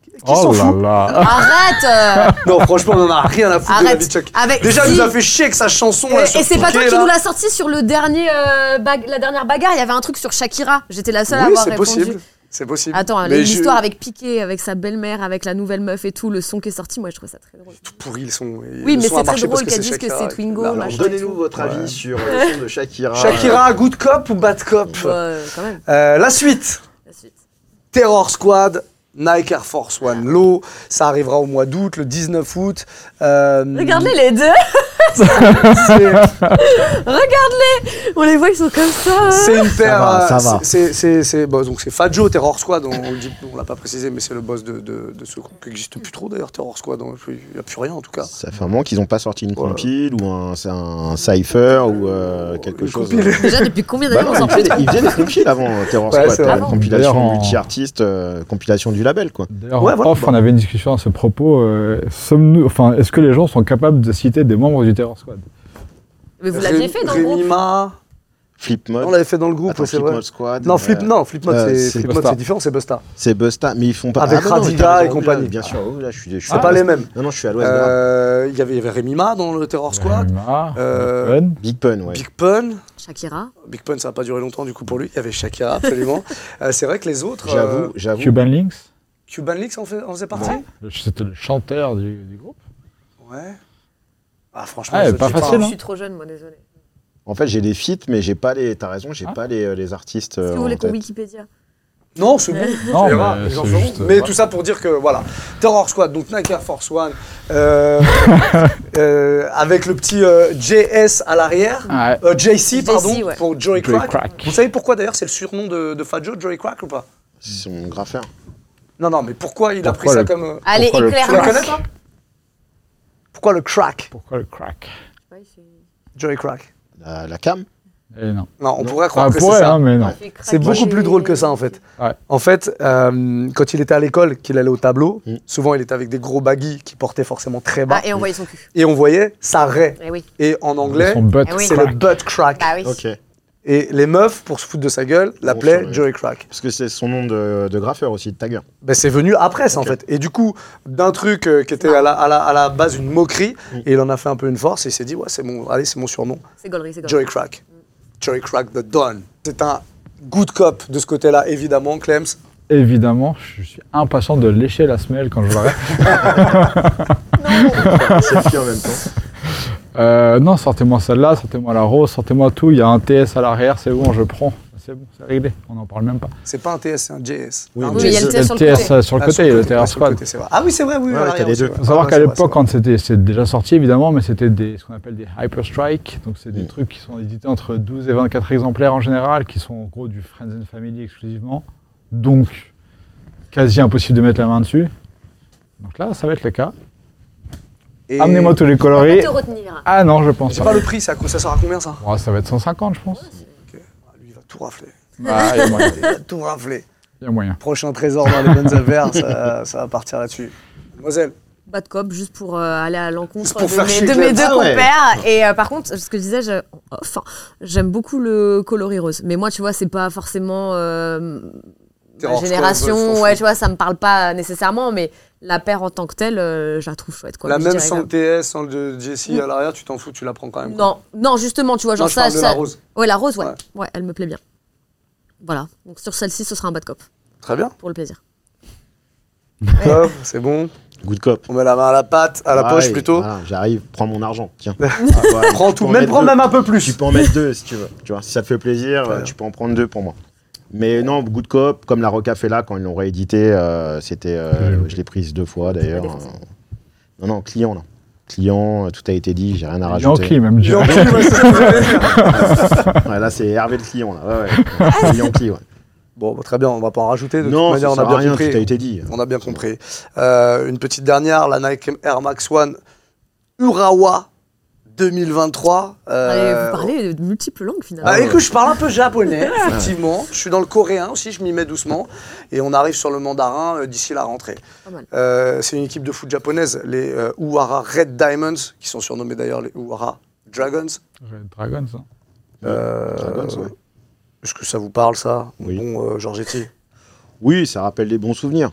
Qui s'en
Oh
fout
là là.
Arrête euh,
Non, franchement, on en a rien à foutre de la
Arrête.
vie de Chuck.
avec
Déjà, il
Si.
nous a fait chier avec sa chanson.
Euh,
là, sur
Et c'est pas toi
Piqué,
qui
là.
nous l'as sorti sur le dernier, euh, bag- la dernière bagarre. Il y avait un truc sur Shakira. J'étais la seule à
Oui,
avoir
c'est
répondu.
possible. C'est possible.
Attends,
Mais je-
l'histoire avec Piqué, avec sa belle-mère, avec la nouvelle meuf et tout, le son qui est sorti, moi je trouve ça très drôle.
Tout pourri, ils sont. ils
Oui, mais
sont
c'est
à
très
marcher parce
drôle qu'elle dise que
Shakira.
c'est Twingo,
Là, là,
machin.
Donnez-nous votre avis sur le son de Shakira.
Ah. Shakira, good cop ou bad cop
Ouais, quand même,
Euh, La suite
la suite.
Terror Squad. Nike Air Force One
Ah.
Low, ça arrivera au mois d'août, le 19 août. Euh,
Regardez les deux
c'est-
On les voit, ils sont comme ça hein.
C'est une paire.
va,
euh,
ça va.
C'est, c'est, c'est- bon, donc c'est Fat Joe, Terror Squad. On, on le dit- on l'a pas précisé, mais c'est le boss de, de, de ce groupe qui n'existe plus trop d'ailleurs, Terror Squad. hein. Il n'y a plus rien en tout cas.
Ça fait un moment qu'ils n'ont pas sorti une
Ouais.
compile ou un, c'est un cipher ou euh, quelque
Une
chose.
compile.
Déjà depuis combien
Bah
d'années
non,
on
ils,
s'en fout
faisaient, ils faisaient des compiles avant euh, Terror
Ouais,
Squad,
c'est
euh,
vrai.
compilation
D'ailleurs, en-
multi-artiste, euh, compilation du label quoi.
D'ailleurs,
Ouais,
en
voilà. bah.
off, on avait une discussion à ce propos. euh, sommes-nous, enfin, est-ce que les gens sont capables de citer des membres du Terror Squad
Mais vous l'aviez fait dans le groupe
Rémima.
Flip
On
Mode,
l'avait fait dans le groupe,
attends,
ouais, c'est
Flip
vrai.
Mode Squad.
Non, Flip,
euh,
non, Flip Mode,
euh,
c'est,
c'est Ah,
Flip Mode,
Busta.
c'est différent, c'est Busta.
C'est Busta, mais ils font pas. Ah,
Avec
non, non,
Radiga
t'as raison,
et compagnie.
là, Bien sûr, oh, là, je suis, je suis
C'est
à
pas
l'ouest.
les mêmes.
Non, non, je suis à l'ouest. grave.
Euh, Il y avait- il y avait Rémima dans le Terror Squad,
Neymar,
Euh,
Open.
Big Pun, ouais.
Big Pun.
Shakira.
Big Pun, ça n'a pas duré longtemps du coup pour lui. Il y avait Shakira, absolument. Euh, c'est vrai que les autres. euh,
J'avoue, j'avoue.
Cuban Links.
Cuban Leaks en, fait- en faisait partie Ouais.
Le- C'était le chanteur du, du groupe.
Ah, franchement,
Ah,
je
pas
sais
facile,
Je
hein.
suis trop jeune, moi, désolé.
Euh,
En fait, j'ai les feats, mais j'ai pas les. T'as raison, j'ai
Ah.
pas les, euh, les artistes.
Si
euh,
vous
en
voulez qu'on
tête.
Wikipédia.
hein.
Non, c'est bon.
Non,
Tu verras,
Oh, mais
les gens
c'est
feront.
juste, euh,
Mais
voilà.
tout ça pour dire que voilà, Terror Squad, donc Nike Air Force One, euh, euh, avec le petit euh, JS à l'arrière,
Ouais.
euh, JC
JC,
pardon,
ouais.
pour Joey
Joey
Crack.
Crack.
Vous savez pourquoi d'ailleurs c'est le surnom de, de Fat Joe, Joey Crack ou pas
C'est son graffeur.
Non, non, mais pourquoi il a pris
Pourquoi
ça
le-
comme. euh,
Allez,
Pourquoi le-
Tu le
éclaire-moi.
connais toi Pourquoi le crack,
Pourquoi le crack
Ouais, il fait-
Joey Crack
La, la cam
Eh non.
Non, on
Non.
pourrait croire
Enfin,
que c'est
pourrait,
ça.
hein, mais non.
Ouais.
il fait
C'est beaucoup
craquer.
plus drôle que ça en fait.
Ouais.
En fait, euh, quand il était à l'école, qu'il allait au tableau,
Mm.
souvent il était avec des gros baggy qui portaient forcément très bas.
Ah, et on voyait son cul.
Et on voyait sa raie.
Eh oui.
Et en anglais,
Son butt
Eh oui.
c'est le
crack.
butt crack.
Bah oui.
Ok.
Et les meufs, pour se foutre de sa gueule, l'appelaient
sur les-
Joey Crack.
Parce que c'est son nom de, de graffeur aussi, de tagger.
Ben, c'est venu après ça
Ok.
en fait. Et du coup, d'un truc euh, qui était à la, à la- à la base une moquerie,
Mm.
et il en a fait un peu une force et il s'est dit ouais c'est mon, allez c'est mon surnom,
C'est Golry, c'est Golry.
Joey Crack, Joey Crack the Don. C'est un good cop de ce côté-là évidemment, Clems.
Évidemment, je suis impatient de lécher la semelle quand je l'aurai.
Ah, C'est qui en même temps.
Euh, non, sortez-moi celle-là, sortez-moi la rose, sortez-moi tout. Il y a un TS à l'arrière, c'est bon, je prends. C'est bon, c'est réglé. On n'en parle même pas.
C'est pas un TS, c'est un JS.
Oui,
Un
oui,
JS.
mais il y a le TS sur le
TS
côté.
euh, sur le
Ah,
côté, il y a le
ouais,
TR
sur le
Squad.
côté, c'est vrai. Ah oui c'est vrai, oui.
Ouais,
à
t'as
l'arrière,
les
c'est
deux.
vrai.
Il faut savoir
Ah,
qu'à
c'est vrai,
l'époque,
c'est vrai.
quand c'était c'est déjà sorti, évidemment, mais c'était des- ce qu'on appelle des Hyper Strike. Donc, c'est des trucs qui sont édités entre 12 et 24 exemplaires en général, qui sont en gros du Friends and Family exclusivement. Donc, quasi impossible de mettre la main dessus. Donc là, ça va être le cas.
Et
Amenez-moi tous les
On
coloris.
te retenir.
Ah non, je pense
J'ai pas
pas.
le prix, ça, ça sert à combien ça
Oh, ça va être 150, je pense.
Ah, Lui il va tout rafler.
Ah, Il y a moyen.
Il va tout rafler.
Il y a moyen.
Prochain trésor dans les bonnes affaires, ça, ça va partir là-dessus. Mademoiselle,
Bad cop, juste pour euh, aller à l'encontre
Juste pour
de,
faire
mes-
chier
de
les
mes
autres.
deux
Ah ouais.
compères. Et euh, par contre, ce que je disais, je- oh, enfin, j'aime beaucoup le coloris rose. Mais moi, tu vois, c'est pas forcément euh,
T'es hardcore,
ma
ouais, je
génération.
m'en
Ouais,
fous.
tu vois, ça me parle pas nécessairement, mais la paire en tant que telle, euh, je la trouve chouette. Quoi.
la
Je
même
dirais
sans
que-
le TS, sans le Jesse
Mm.
à l'arrière, tu t'en fous, tu la prends quand même. quoi.
Non, non, justement, tu vois, genre
Non, je
ça,
parle de la
ça.
rose.
Ouais, la rose, ouais.
Ouais.
ouais. elle me plaît bien. Voilà. Donc sur celle-ci, ce sera un bad cop,
Très bien.
pour le plaisir.
Top, c'est bon.
Good cop.
On met la main à la pâte, à la
Ah,
poche
et-
plutôt.
voilà, J'arrive, prends mon argent, tiens. Ah,
Prends tout, même, prends même un peu
Tu
plus.
peux en mettre deux si tu veux. Tu vois, si ça te fait plaisir,
Très
euh,
bien.
tu peux en prendre deux pour moi. Mais non, Good Coop, comme la Rocafella, quand ils l'ont réédité, euh, c'était. euh, je l'ai prise deux fois d'ailleurs.
défoncé.
Euh, Non, non, client là. Client, euh, tout a été dit, j'ai rien à rajouter.
Yankee, même. je dirais.
Yankee, ouais, c'est ce que j'allais dire.
Ouais, là, c'est Hervé le client là. Ouais, ouais. Yankee, ouais.
Bon, bah, très bien, on va pas en rajouter. De
Non,
toute
ça
manière, on a
sert à
bien
rien, tout
compris.
a été dit.
On a bien compris. Euh, une petite dernière, la Nike Air Max One Urawa 2023.
Allez,
Euh,
vous parlez de multiples langues finalement.
Ah, écoute, je parle un peu japonais, effectivement. Je suis dans le coréen aussi, je m'y mets doucement. Et on arrive sur le mandarin euh, d'ici la rentrée.
Pas mal.
Euh, c'est une équipe de foot japonaise, les euh, Uwara Red Diamonds, qui sont surnommés d'ailleurs les Uwara Dragons.
Red Dragons. hein.
Euh,
Dragons, ouais.
Est-ce que ça vous parle, ça
Oui.
Bon, euh, Giorgetti.
Oui, ça rappelle des bons souvenirs.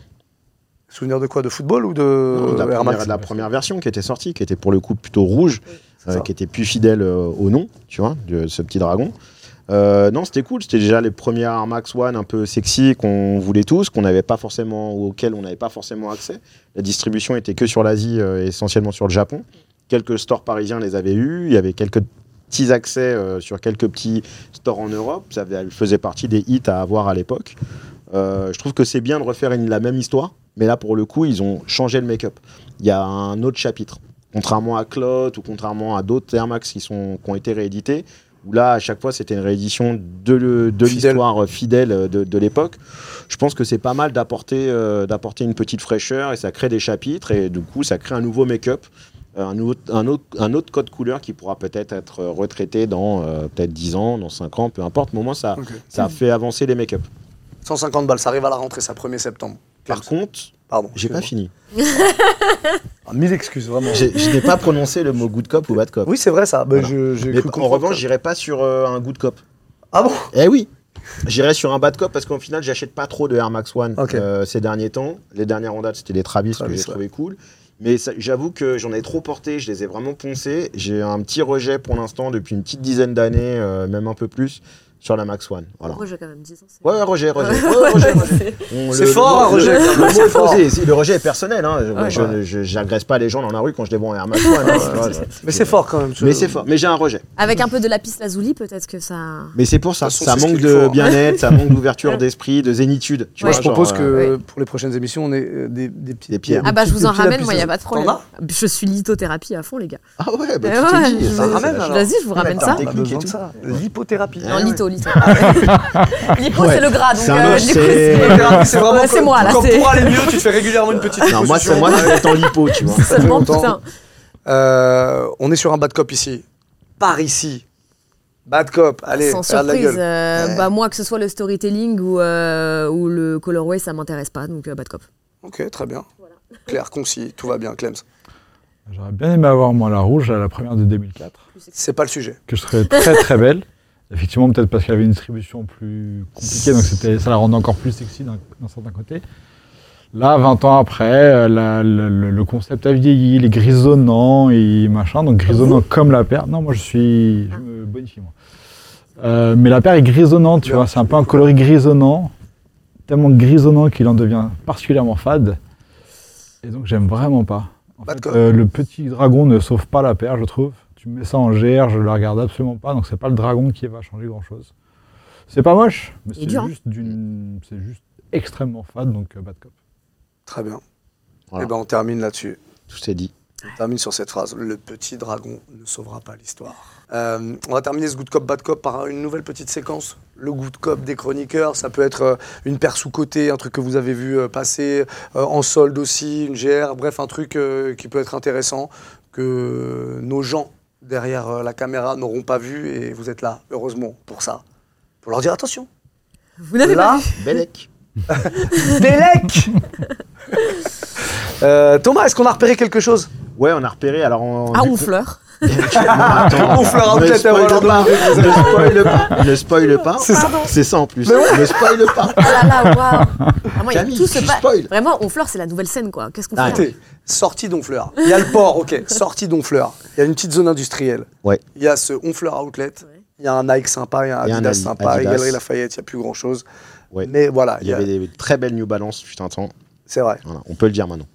Souvenir de quoi De football ou de
Non, de la,
Air
première,
Max
de la première version qui était sortie, qui était pour le coup plutôt rouge,
c'est
euh,
ça.
qui était plus fidèle euh, au nom, tu vois, de ce petit dragon. Euh, non, c'était cool. C'était déjà les premières Air Max One un peu sexy qu'on voulait tous, qu'on n'avait pas forcément, ou auxquelles on n'avait pas forcément accès. La distribution était que sur l'Asie, euh, et essentiellement sur le Japon. Quelques stores parisiens les avaient eus. Il y avait quelques petits accès euh, sur quelques petits stores en Europe. Ça faisait- elle faisait partie des hits à avoir à l'époque. Euh, je trouve que c'est bien de refaire une- la même histoire, mais là pour le coup ils ont changé le make-up. Il y a un autre chapitre. Contrairement à Clot ou contrairement à d'autres Air Max qui, sont, qui ont été réédités, où là à chaque fois c'était une réédition de, le- de
Fidèle.
l'histoire euh, fidèle euh, de, de l'époque, je pense que c'est pas mal d'apporter euh, d'apporter une petite fraîcheur et ça crée des chapitres et du coup ça crée un nouveau make-up. euh, Un, nouveau- un autre, un autre code couleur qui pourra peut-être être euh, retraité dans euh, peut-être 10 ans, dans 5 ans, peu importe. Mais au moins, ça,
Ok.
ça fait avancer les make-up.
150 balles, ça arrive à la rentrée, ça, 1er septembre.
Par contre,
Pardon.
j'ai pas
excuse-moi.
fini.
Ah, mille excuses, vraiment.
J'ai- Je n'ai pas prononcé le mot good cop ou bad cop.
Oui, c'est vrai, ça. Ben,
Voilà.
je- j'ai
Mais
cru
en
comprendre
revanche,
que-
j'irai pas sur euh, un good cop.
Ah bon
Eh oui J'irai sur un bad cop parce qu'au final, j'achète pas trop de Air Max One
Ok.
euh, ces derniers temps. Les dernières en date, c'était les Travis,
Travis,
que j'ai
ouais.
trouvé cool. Mais ça- j'avoue que j'en ai trop porté, je les ai vraiment poncés. J'ai un petit rejet pour l'instant depuis une petite dizaine d'années, euh, même un peu plus, sur la Max One. Voilà.
Moi, j'ai quand même 10 ans. c'est-
Ouais, ouais, rejet, rejet. Ouais, rejet, rejet. On-
C'est
le-
fort,
le-
un rejet,
Le,
quand même,
le mot
c'est
est
fort.
posé. Si, le rejet est personnel. Hein. Je-
Ouais.
je-
Ouais.
je- J'agresse pas les gens dans la rue quand je les vois en Air Max One, hein, tu vois, je-
Mais c'est fort quand même. tu
Mais
vois.
c'est fort. Mais j'ai un rejet.
Avec un peu de lapis lazuli, peut-être que ça.
Mais c'est pour ça.
De toute façon,
ça
c'est ce
manque
qu'il
de
faut, hein.
bien-être, ça manque d'ouverture d'esprit, de zénitude. Tu
Moi,
vois,
je propose
genre,
que
euh,
euh, pour les prochaines émissions, on ait euh, des, des petits.
Des pierres.
Ah bah je
petits-
vous en
petits
ramène,
lapis
moi il n'y a pas de
lazuli.
problème.
T'en as
Je suis lithothérapie à fond les gars.
Ah ouais, bah,
Eh
tout
ouais,
est dit.
je
ça
vais-
ramène,
alors.
Vas-y, je vous ramène
Attends,
ça.
t'es-
On a
Technique et
besoin de
tout.
ça. L'hypothérapie.
Non,
ouais.
litho, litho. Litho
Ouais.
c'est le grade, donc
C'est un
euh,
autre,
du coup,
c'est-
c'est-
L'hypothérapie, Eh ben, c'est vraiment
Ouais, c'est
quand-
moi, là,
Quand
c'est-
pour aller mieux, tu te fais régulièrement une petite
Non, moi, c'est
déposition.
moi, je vais être en lipo, tu vois.
Ça fait
seulement,
longtemps.
putain.
Euh, on est sur un bad cop ici. Par ici. Bad cop, allez,
Sans
regarde la
surprise,
gueule.
euh,
Ouais.
bah moi que ce soit le storytelling ou, euh, ou le colorway, ça m'intéresse pas, donc euh, bad cop.
Ok, très bien. Clair, concis, tout va bien, Clems.
J'aurais bien aimé avoir, moi, la rouge à la première de 2004.
C'est pas le sujet.
que je serais très très belle. Effectivement, peut-être parce qu'elle avait une distribution plus compliquée, donc c'était- ça la rendait encore plus sexy d'un d'un certain côté. Là, 20 ans après, euh, la- le, le- le concept a vieilli, il est grisonnant et machin, donc grisonnant comme la paire. Non, moi je suis je me bonifie, moi. Euh, mais la paire est grisonnante, tu
Bien,
vois, c'est un peu un coloris grisonnant, tellement grisonnant qu'il en devient particulièrement fade. Et donc j'aime vraiment pas. En
Pas de
fait,
com.
euh, le petit dragon ne sauve pas la paire, je trouve. Tu mets ça en GR, je la regarde absolument pas, donc c'est pas le dragon qui va changer grand chose. C'est pas moche, mais
Il est
c'est
dur, hein.
juste, d'une- c'est juste extrêmement fade, donc euh, bad cop.
Très bien.
Voilà.
Et ben on termine là-dessus.
Tout s'est dit.
On termine sur cette phrase. Le petit dragon ne sauvera pas l'histoire. Euh, on va terminer ce Good Cop Bad Cop par une nouvelle petite séquence. Le Good Cop des chroniqueurs, ça peut être euh, une paire sous-côté, un truc que vous avez vu euh, passer euh, en solde aussi, une GR, bref, un truc euh, qui peut être intéressant que nos gens derrière euh, la caméra n'auront pas vu et vous êtes là, heureusement, pour ça. Pour leur dire attention.
Vous n'avez pas
Là,
vu
Belek.
Délec Euh, Thomas, est-ce qu'on a repéré quelque chose
Ouais, on a repéré. Alors, on,
Ah,
du
on
coup-
fleur.
On fleura
Ne
peut-être avant
spoil
leur
pas. Ne spoil pas. Ne spoil pas.
C'est ça.
C'est ça en plus.
Mais ouais.
Ne spoil pas.
Ah là là, waouh Vraiment, il y a
Camille,
tout ce
tu
pa-
spoil.
Vraiment, on fleur, c'est la nouvelle scène, quoi. Qu'est-ce qu'on fait
Arrêtez.
là
Écoutez, sortie d'Honfleur. Il y a le port, ok. Sortie d'Honfleur. Il y a une petite zone industrielle.
Ouais.
Il y a ce Honfleur Outlet.
Ouais.
Il y a un Nike sympa, il y a un
Il y a un
Adidas
Adi-
sympa, il y a
Adidas.
Galerie Lafayette, il n'y a plus grand chose.
Ouais.
Mais voilà, il
Il y
y a-
avait des très belles New Balance, putain, attends.
c'est vrai.
Voilà, on peut le dire maintenant.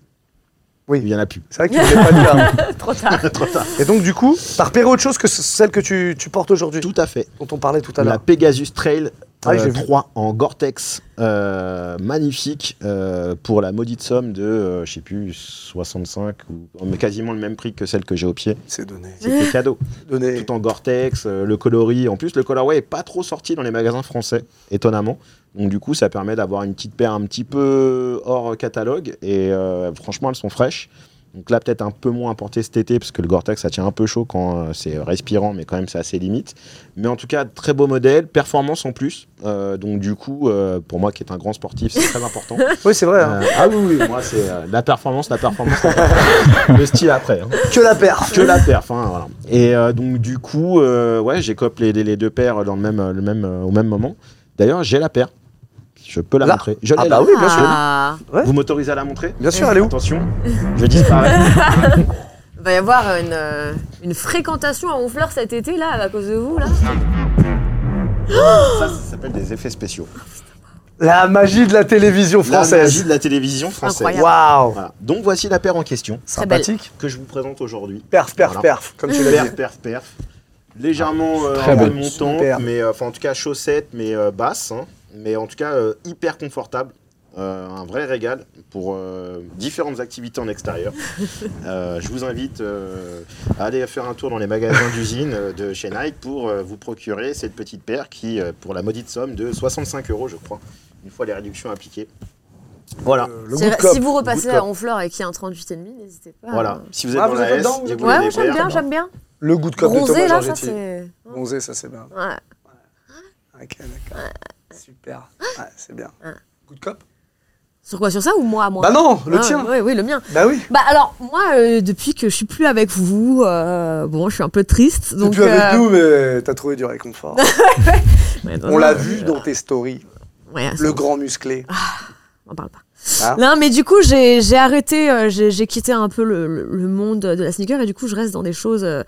Oui.
Il y en a plus.
C'est vrai qu'il ne pas dire avant.
Trop tard.
Ah
Trop tard.
Et donc, du coup, t'as repéré autre chose que ce- celle que tu, tu portes aujourd'hui,
Tout à fait.
dont on parlait tout à
La
l'heure.
Pegasus Trail
Ah,
euh,
j'ai vu.
3 en Gore-Tex. euh, magnifique euh, pour la maudite somme de, euh, je sais plus, 65 ou mais quasiment le même prix que celle que j'ai au pied.
C'est donné.
C'était cadeau.
donné.
Tout en Gore-Tex, euh, le coloris. En plus, le colorway est pas trop sorti dans les magasins français, étonnamment. Donc du coup, ça permet d'avoir une petite paire un petit peu hors catalogue. Et euh, franchement, elles sont fraîches. Donc là, peut-être un peu moins importé cet été, parce que le Gore-Tex, ça tient un peu chaud quand euh, c'est respirant, mais quand même, c'est assez limite. Mais en tout cas, très beau modèle, performance en plus. Euh, donc du coup, euh, pour moi qui est un grand sportif, c'est très important.
Oui, c'est vrai. hein.
Euh, ah oui, oui, moi, c'est euh, la performance, la performance, la performance. le style après. hein
Que la perf.
que la perf. hein, voilà. Et euh, donc, du coup, euh, ouais, j'ai cop les, les- les deux paires dans le même, le même, euh, au même moment. D'ailleurs, j'ai la paire. Je peux la
Là.
montrer. Je
Ah
l'ai
bah
là.
oui, bien sûr.
Ah.
Vous m'autorisez à la montrer
Bien sûr, elle est où
Attention, je disparais.
Il va y avoir une, euh, une fréquentation à Honfleur cet été, là, à cause de vous, là.
ça, ça s'appelle des effets spéciaux.
La magie de la télévision
La magie
française.
de la télévision française.
Incroyable.
Waouh.
Voilà. Donc, voici la paire en question
Très belle.
Sympathique.
que je vous présente aujourd'hui.
Perf, perf,
Voilà.
perf. Comme tu l'as dit.
Perf, perf, perf. Légèrement euh,
Très
en
beau.
remontant,
Super.
mais euh, enfin en tout cas chaussette, mais euh, basse. hein. mais en tout cas euh, hyper confortable. Euh, un vrai régal pour euh, différentes activités en extérieur. Euh, je vous invite euh, à aller faire un tour dans les magasins d'usine euh, de chez Nike pour euh, vous procurer cette petite paire qui, euh, pour la maudite somme de 65 euros, je crois, une fois les réductions appliquées. Voilà.
Euh, le
C'est-
good cop.
Si vous repassez
Good cop.
à Honfleur et qu'il y a un 38,5, n'hésitez pas.
Voilà. Si vous êtes
Ah,
dans
vous
la
êtes
S,
dedans, vous
il y a
êtes
vous avez des
Ouais, moi j'aime
paires.
bien, j'aime bien.
Le good cop de
Bronzé,
Thomas
là, ça
Giorgetti.
c'est.
Bronzé, ça c'est bien.
Ouais.
Ok, d'accord. Super. Ouais, c'est bien.
Ouais.
Good cop
Sur quoi Sur ça ou moi à moi
Bah non, le
Ah,
tien.
Oui, oui, le mien.
Bah oui.
Bah alors, moi, euh, depuis que je suis plus avec vous, euh, bon, je suis un peu triste.
T'es
Donc,
plus avec
euh,
nous, mais t'as trouvé du réconfort.
ouais, non,
On l'a
non,
vu
euh,
dans tes stories.
Ouais,
Le grand musclé.
Ah, on parle pas.
Ah.
Non, mais du coup, j'ai j'ai arrêté, euh, j'ai j'ai quitté un peu le, le- le monde de la sneaker et du coup, je reste dans des choses euh,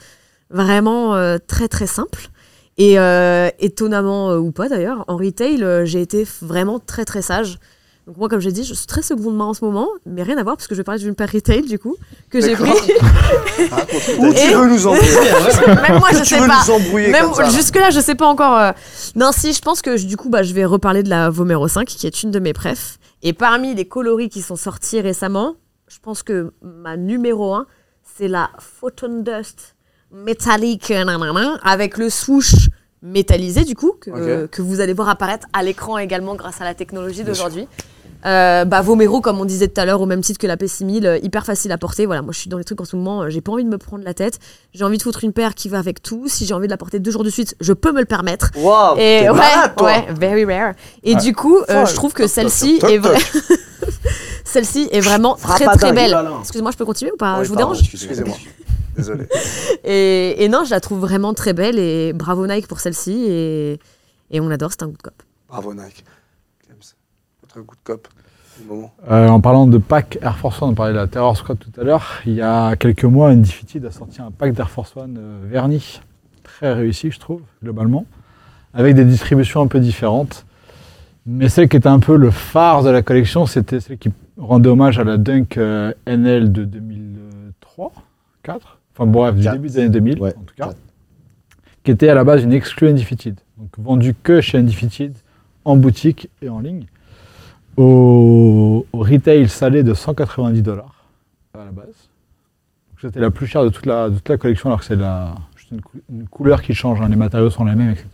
vraiment euh, très très simples. Et euh, étonnamment euh, ou pas d'ailleurs, en retail, euh, j'ai été f- vraiment très très sage. Donc moi, comme j'ai dit, je suis très seconde main en ce moment, mais rien à voir parce que je vais parler d'une paire retail du coup que j'ai
D'accord.
pris.
Où tu
Et-
veux nous embrouiller
Même moi,
Où
je
tu
sais
veux
pas.
nous embrouiller
Même
comme ça là
jusque-là, je sais pas encore. euh. Non, si, je pense que je- du coup, bah, je vais reparler de la Vomero 5, qui est une de mes préf. Et parmi les coloris qui sont sortis récemment, je pense que ma numéro 1, c'est la Photon Dust métallique, nanana, avec le swoosh métallisé, du coup, que,
Ok.
que vous allez voir apparaître à l'écran également grâce à la technologie d'aujourd'hui. Euh, bah, Vomero, comme on disait tout à l'heure, au même titre que la P6000, euh, hyper facile à porter. Voilà, moi je suis dans les trucs en ce moment, euh, j'ai pas envie de me prendre la tête. J'ai envie de foutre une paire qui va avec tout. Si j'ai envie de la porter deux jours de suite, je peux me le permettre.
Waouh Oh,
Et
t'es
ouais,
malade, toi.
ouais, very rare. Et
Ah.
du coup, euh,
Folle.
je trouve que
Toc, toc,
celle-ci
toc,
est,
toc.
vra- celle-ci est vraiment
Frappe
très
à
très
dingue. Oh
belle.
Voilà.
Excuse-moi, je peux continuer ou pas
Ouais,
Je vous
pardon,
dérange
excusez-moi.
Excusez-moi. Désolé.
Et, et non, je la trouve vraiment très belle et bravo Nike pour celle-ci. Et, et on l'adore, c'est un good cop.
Bravo Nike. James, votre good cop du moment.
Euh, en parlant de pack Air Force One, on parlait de la Terror Squad tout à l'heure. Il y a quelques mois, Undefeated a sorti un pack d'Air Force One euh, verni. Très réussi, je trouve, globalement. Avec des distributions un peu différentes. Mais celle qui était un peu le phare de la collection, c'était celle qui rendait hommage à la Dunk euh, NL de 2003, 4. Enfin bref, du
Quatre.
début des années 2000,
Ouais,
en tout cas.
quatre.
Qui était à la base une exclue Undefeated. Donc vendue que chez Undefeated, en boutique et en ligne au, au retail salé de 190 dollars à la base. Donc, C'était la plus chère de toute la, de toute la collection, alors que c'est la- juste une, cou- une couleur qui change, hein, les matériaux sont les mêmes, etc.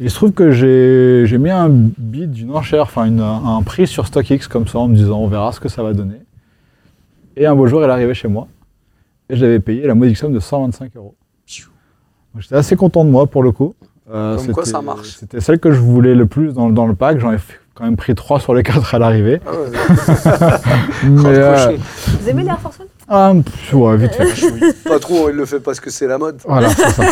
Et il se trouve que j'ai j'ai mis un bid, une enchère, enfin une- un prix sur StockX comme ça, en me disant on verra ce que ça va donner. Et un beau jour, elle arrivait chez moi, et je l'avais payé la modique somme de 125 euros. Donc, J'étais assez content de moi pour le coup. Euh,
Comme quoi,
c'était-
ça marche.
C'était celle que je voulais le plus dans, dans le pack, j'en ai f- quand même pris 3 sur les 4 à l'arrivée.
Ah ouais,
Mais,
grand
euh,
cochon.
Vous aimez l'Air Force One
ah, pff, ouais, vite fait.
Pas trop, il le fait parce que c'est la mode.
Voilà, c'est ça.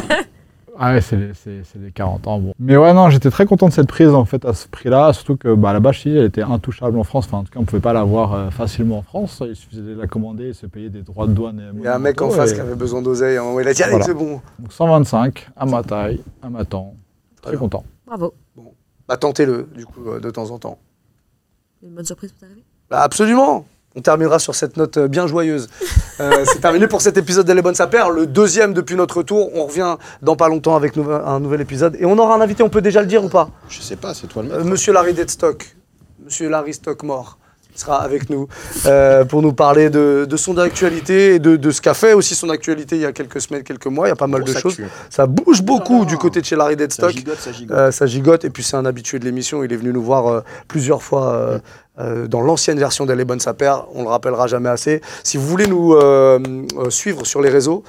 Ah ouais, c'est les, c'est- c'est les 40 ans. Bon. Mais ouais, non, j'étais très content de cette prise en fait à ce prix-là. Surtout que bah, là-bas, je te dis, elle était intouchable en France. Enfin, en tout cas, on pouvait pas la voir euh, facilement en France. Il suffisait de la commander et se payer des droits de douane. et
Il y a un mec en
monumentaux,
face qui
et-
avait besoin d'oseille. à un moment, Il a dit Allez,
Voilà.
c'est bon.
Donc 125, à ma taille, à ma temps. Très
bien.
content.
Bravo.
Bah, tentez-le, du coup, euh, de temps en temps.
Une bonne surprise peut arriver.
Bah, absolument. On terminera sur cette note euh, bien joyeuse. Euh, c'est terminé pour cet épisode d'Elle est bonne sa paire, le deuxième depuis notre retour. On revient dans pas longtemps avec nouve- un nouvel épisode. Et on aura un invité, on peut déjà le dire ou pas
Je sais pas, c'est toi le
Euh, Monsieur Larry Deadstock, Monsieur Larry Stockmore sera avec nous euh, pour nous parler de, de son actualité et de, de ce qu'a fait aussi son actualité il y a quelques semaines, quelques mois. Il y a pas mal de choses. Ça bouge beaucoup du côté de chez Larry Deadstock.
ça gigote.
Euh, ça gigote. Et puis c'est un habitué de l'émission. Il est venu nous voir euh, plusieurs fois euh, euh, dans l'ancienne version d'Elle est bonne sa paire. On le rappellera jamais assez. Si vous voulez nous euh, euh, suivre sur les réseaux,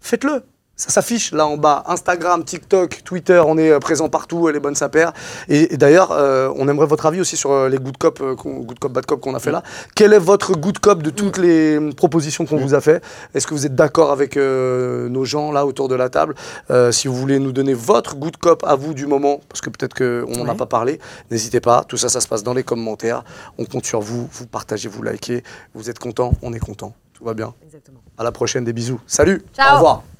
faites-le. Ça s'affiche là en bas. Instagram, TikTok, Twitter, on est euh, présent partout, elle est bonne sa paire. Et, et d'ailleurs, euh, on aimerait votre avis aussi sur euh, les good cop, euh, qu'on- good cop, bad cop qu'on a fait là. Quel est votre good cop de toutes les euh, propositions qu'on vous a fait Est-ce que vous êtes d'accord avec euh, nos gens là autour de la table Euh, Si vous voulez nous donner votre good cop à vous du moment, parce que peut-être qu'on n'en a
Ouais.
pas parlé, n'hésitez pas. Tout ça, ça se passe dans les commentaires. On compte sur vous. Vous partagez, vous likez. Vous êtes content, on est content. Tout va bien.
Exactement.
À la prochaine, des bisous. Salut.
Ciao.
Au revoir.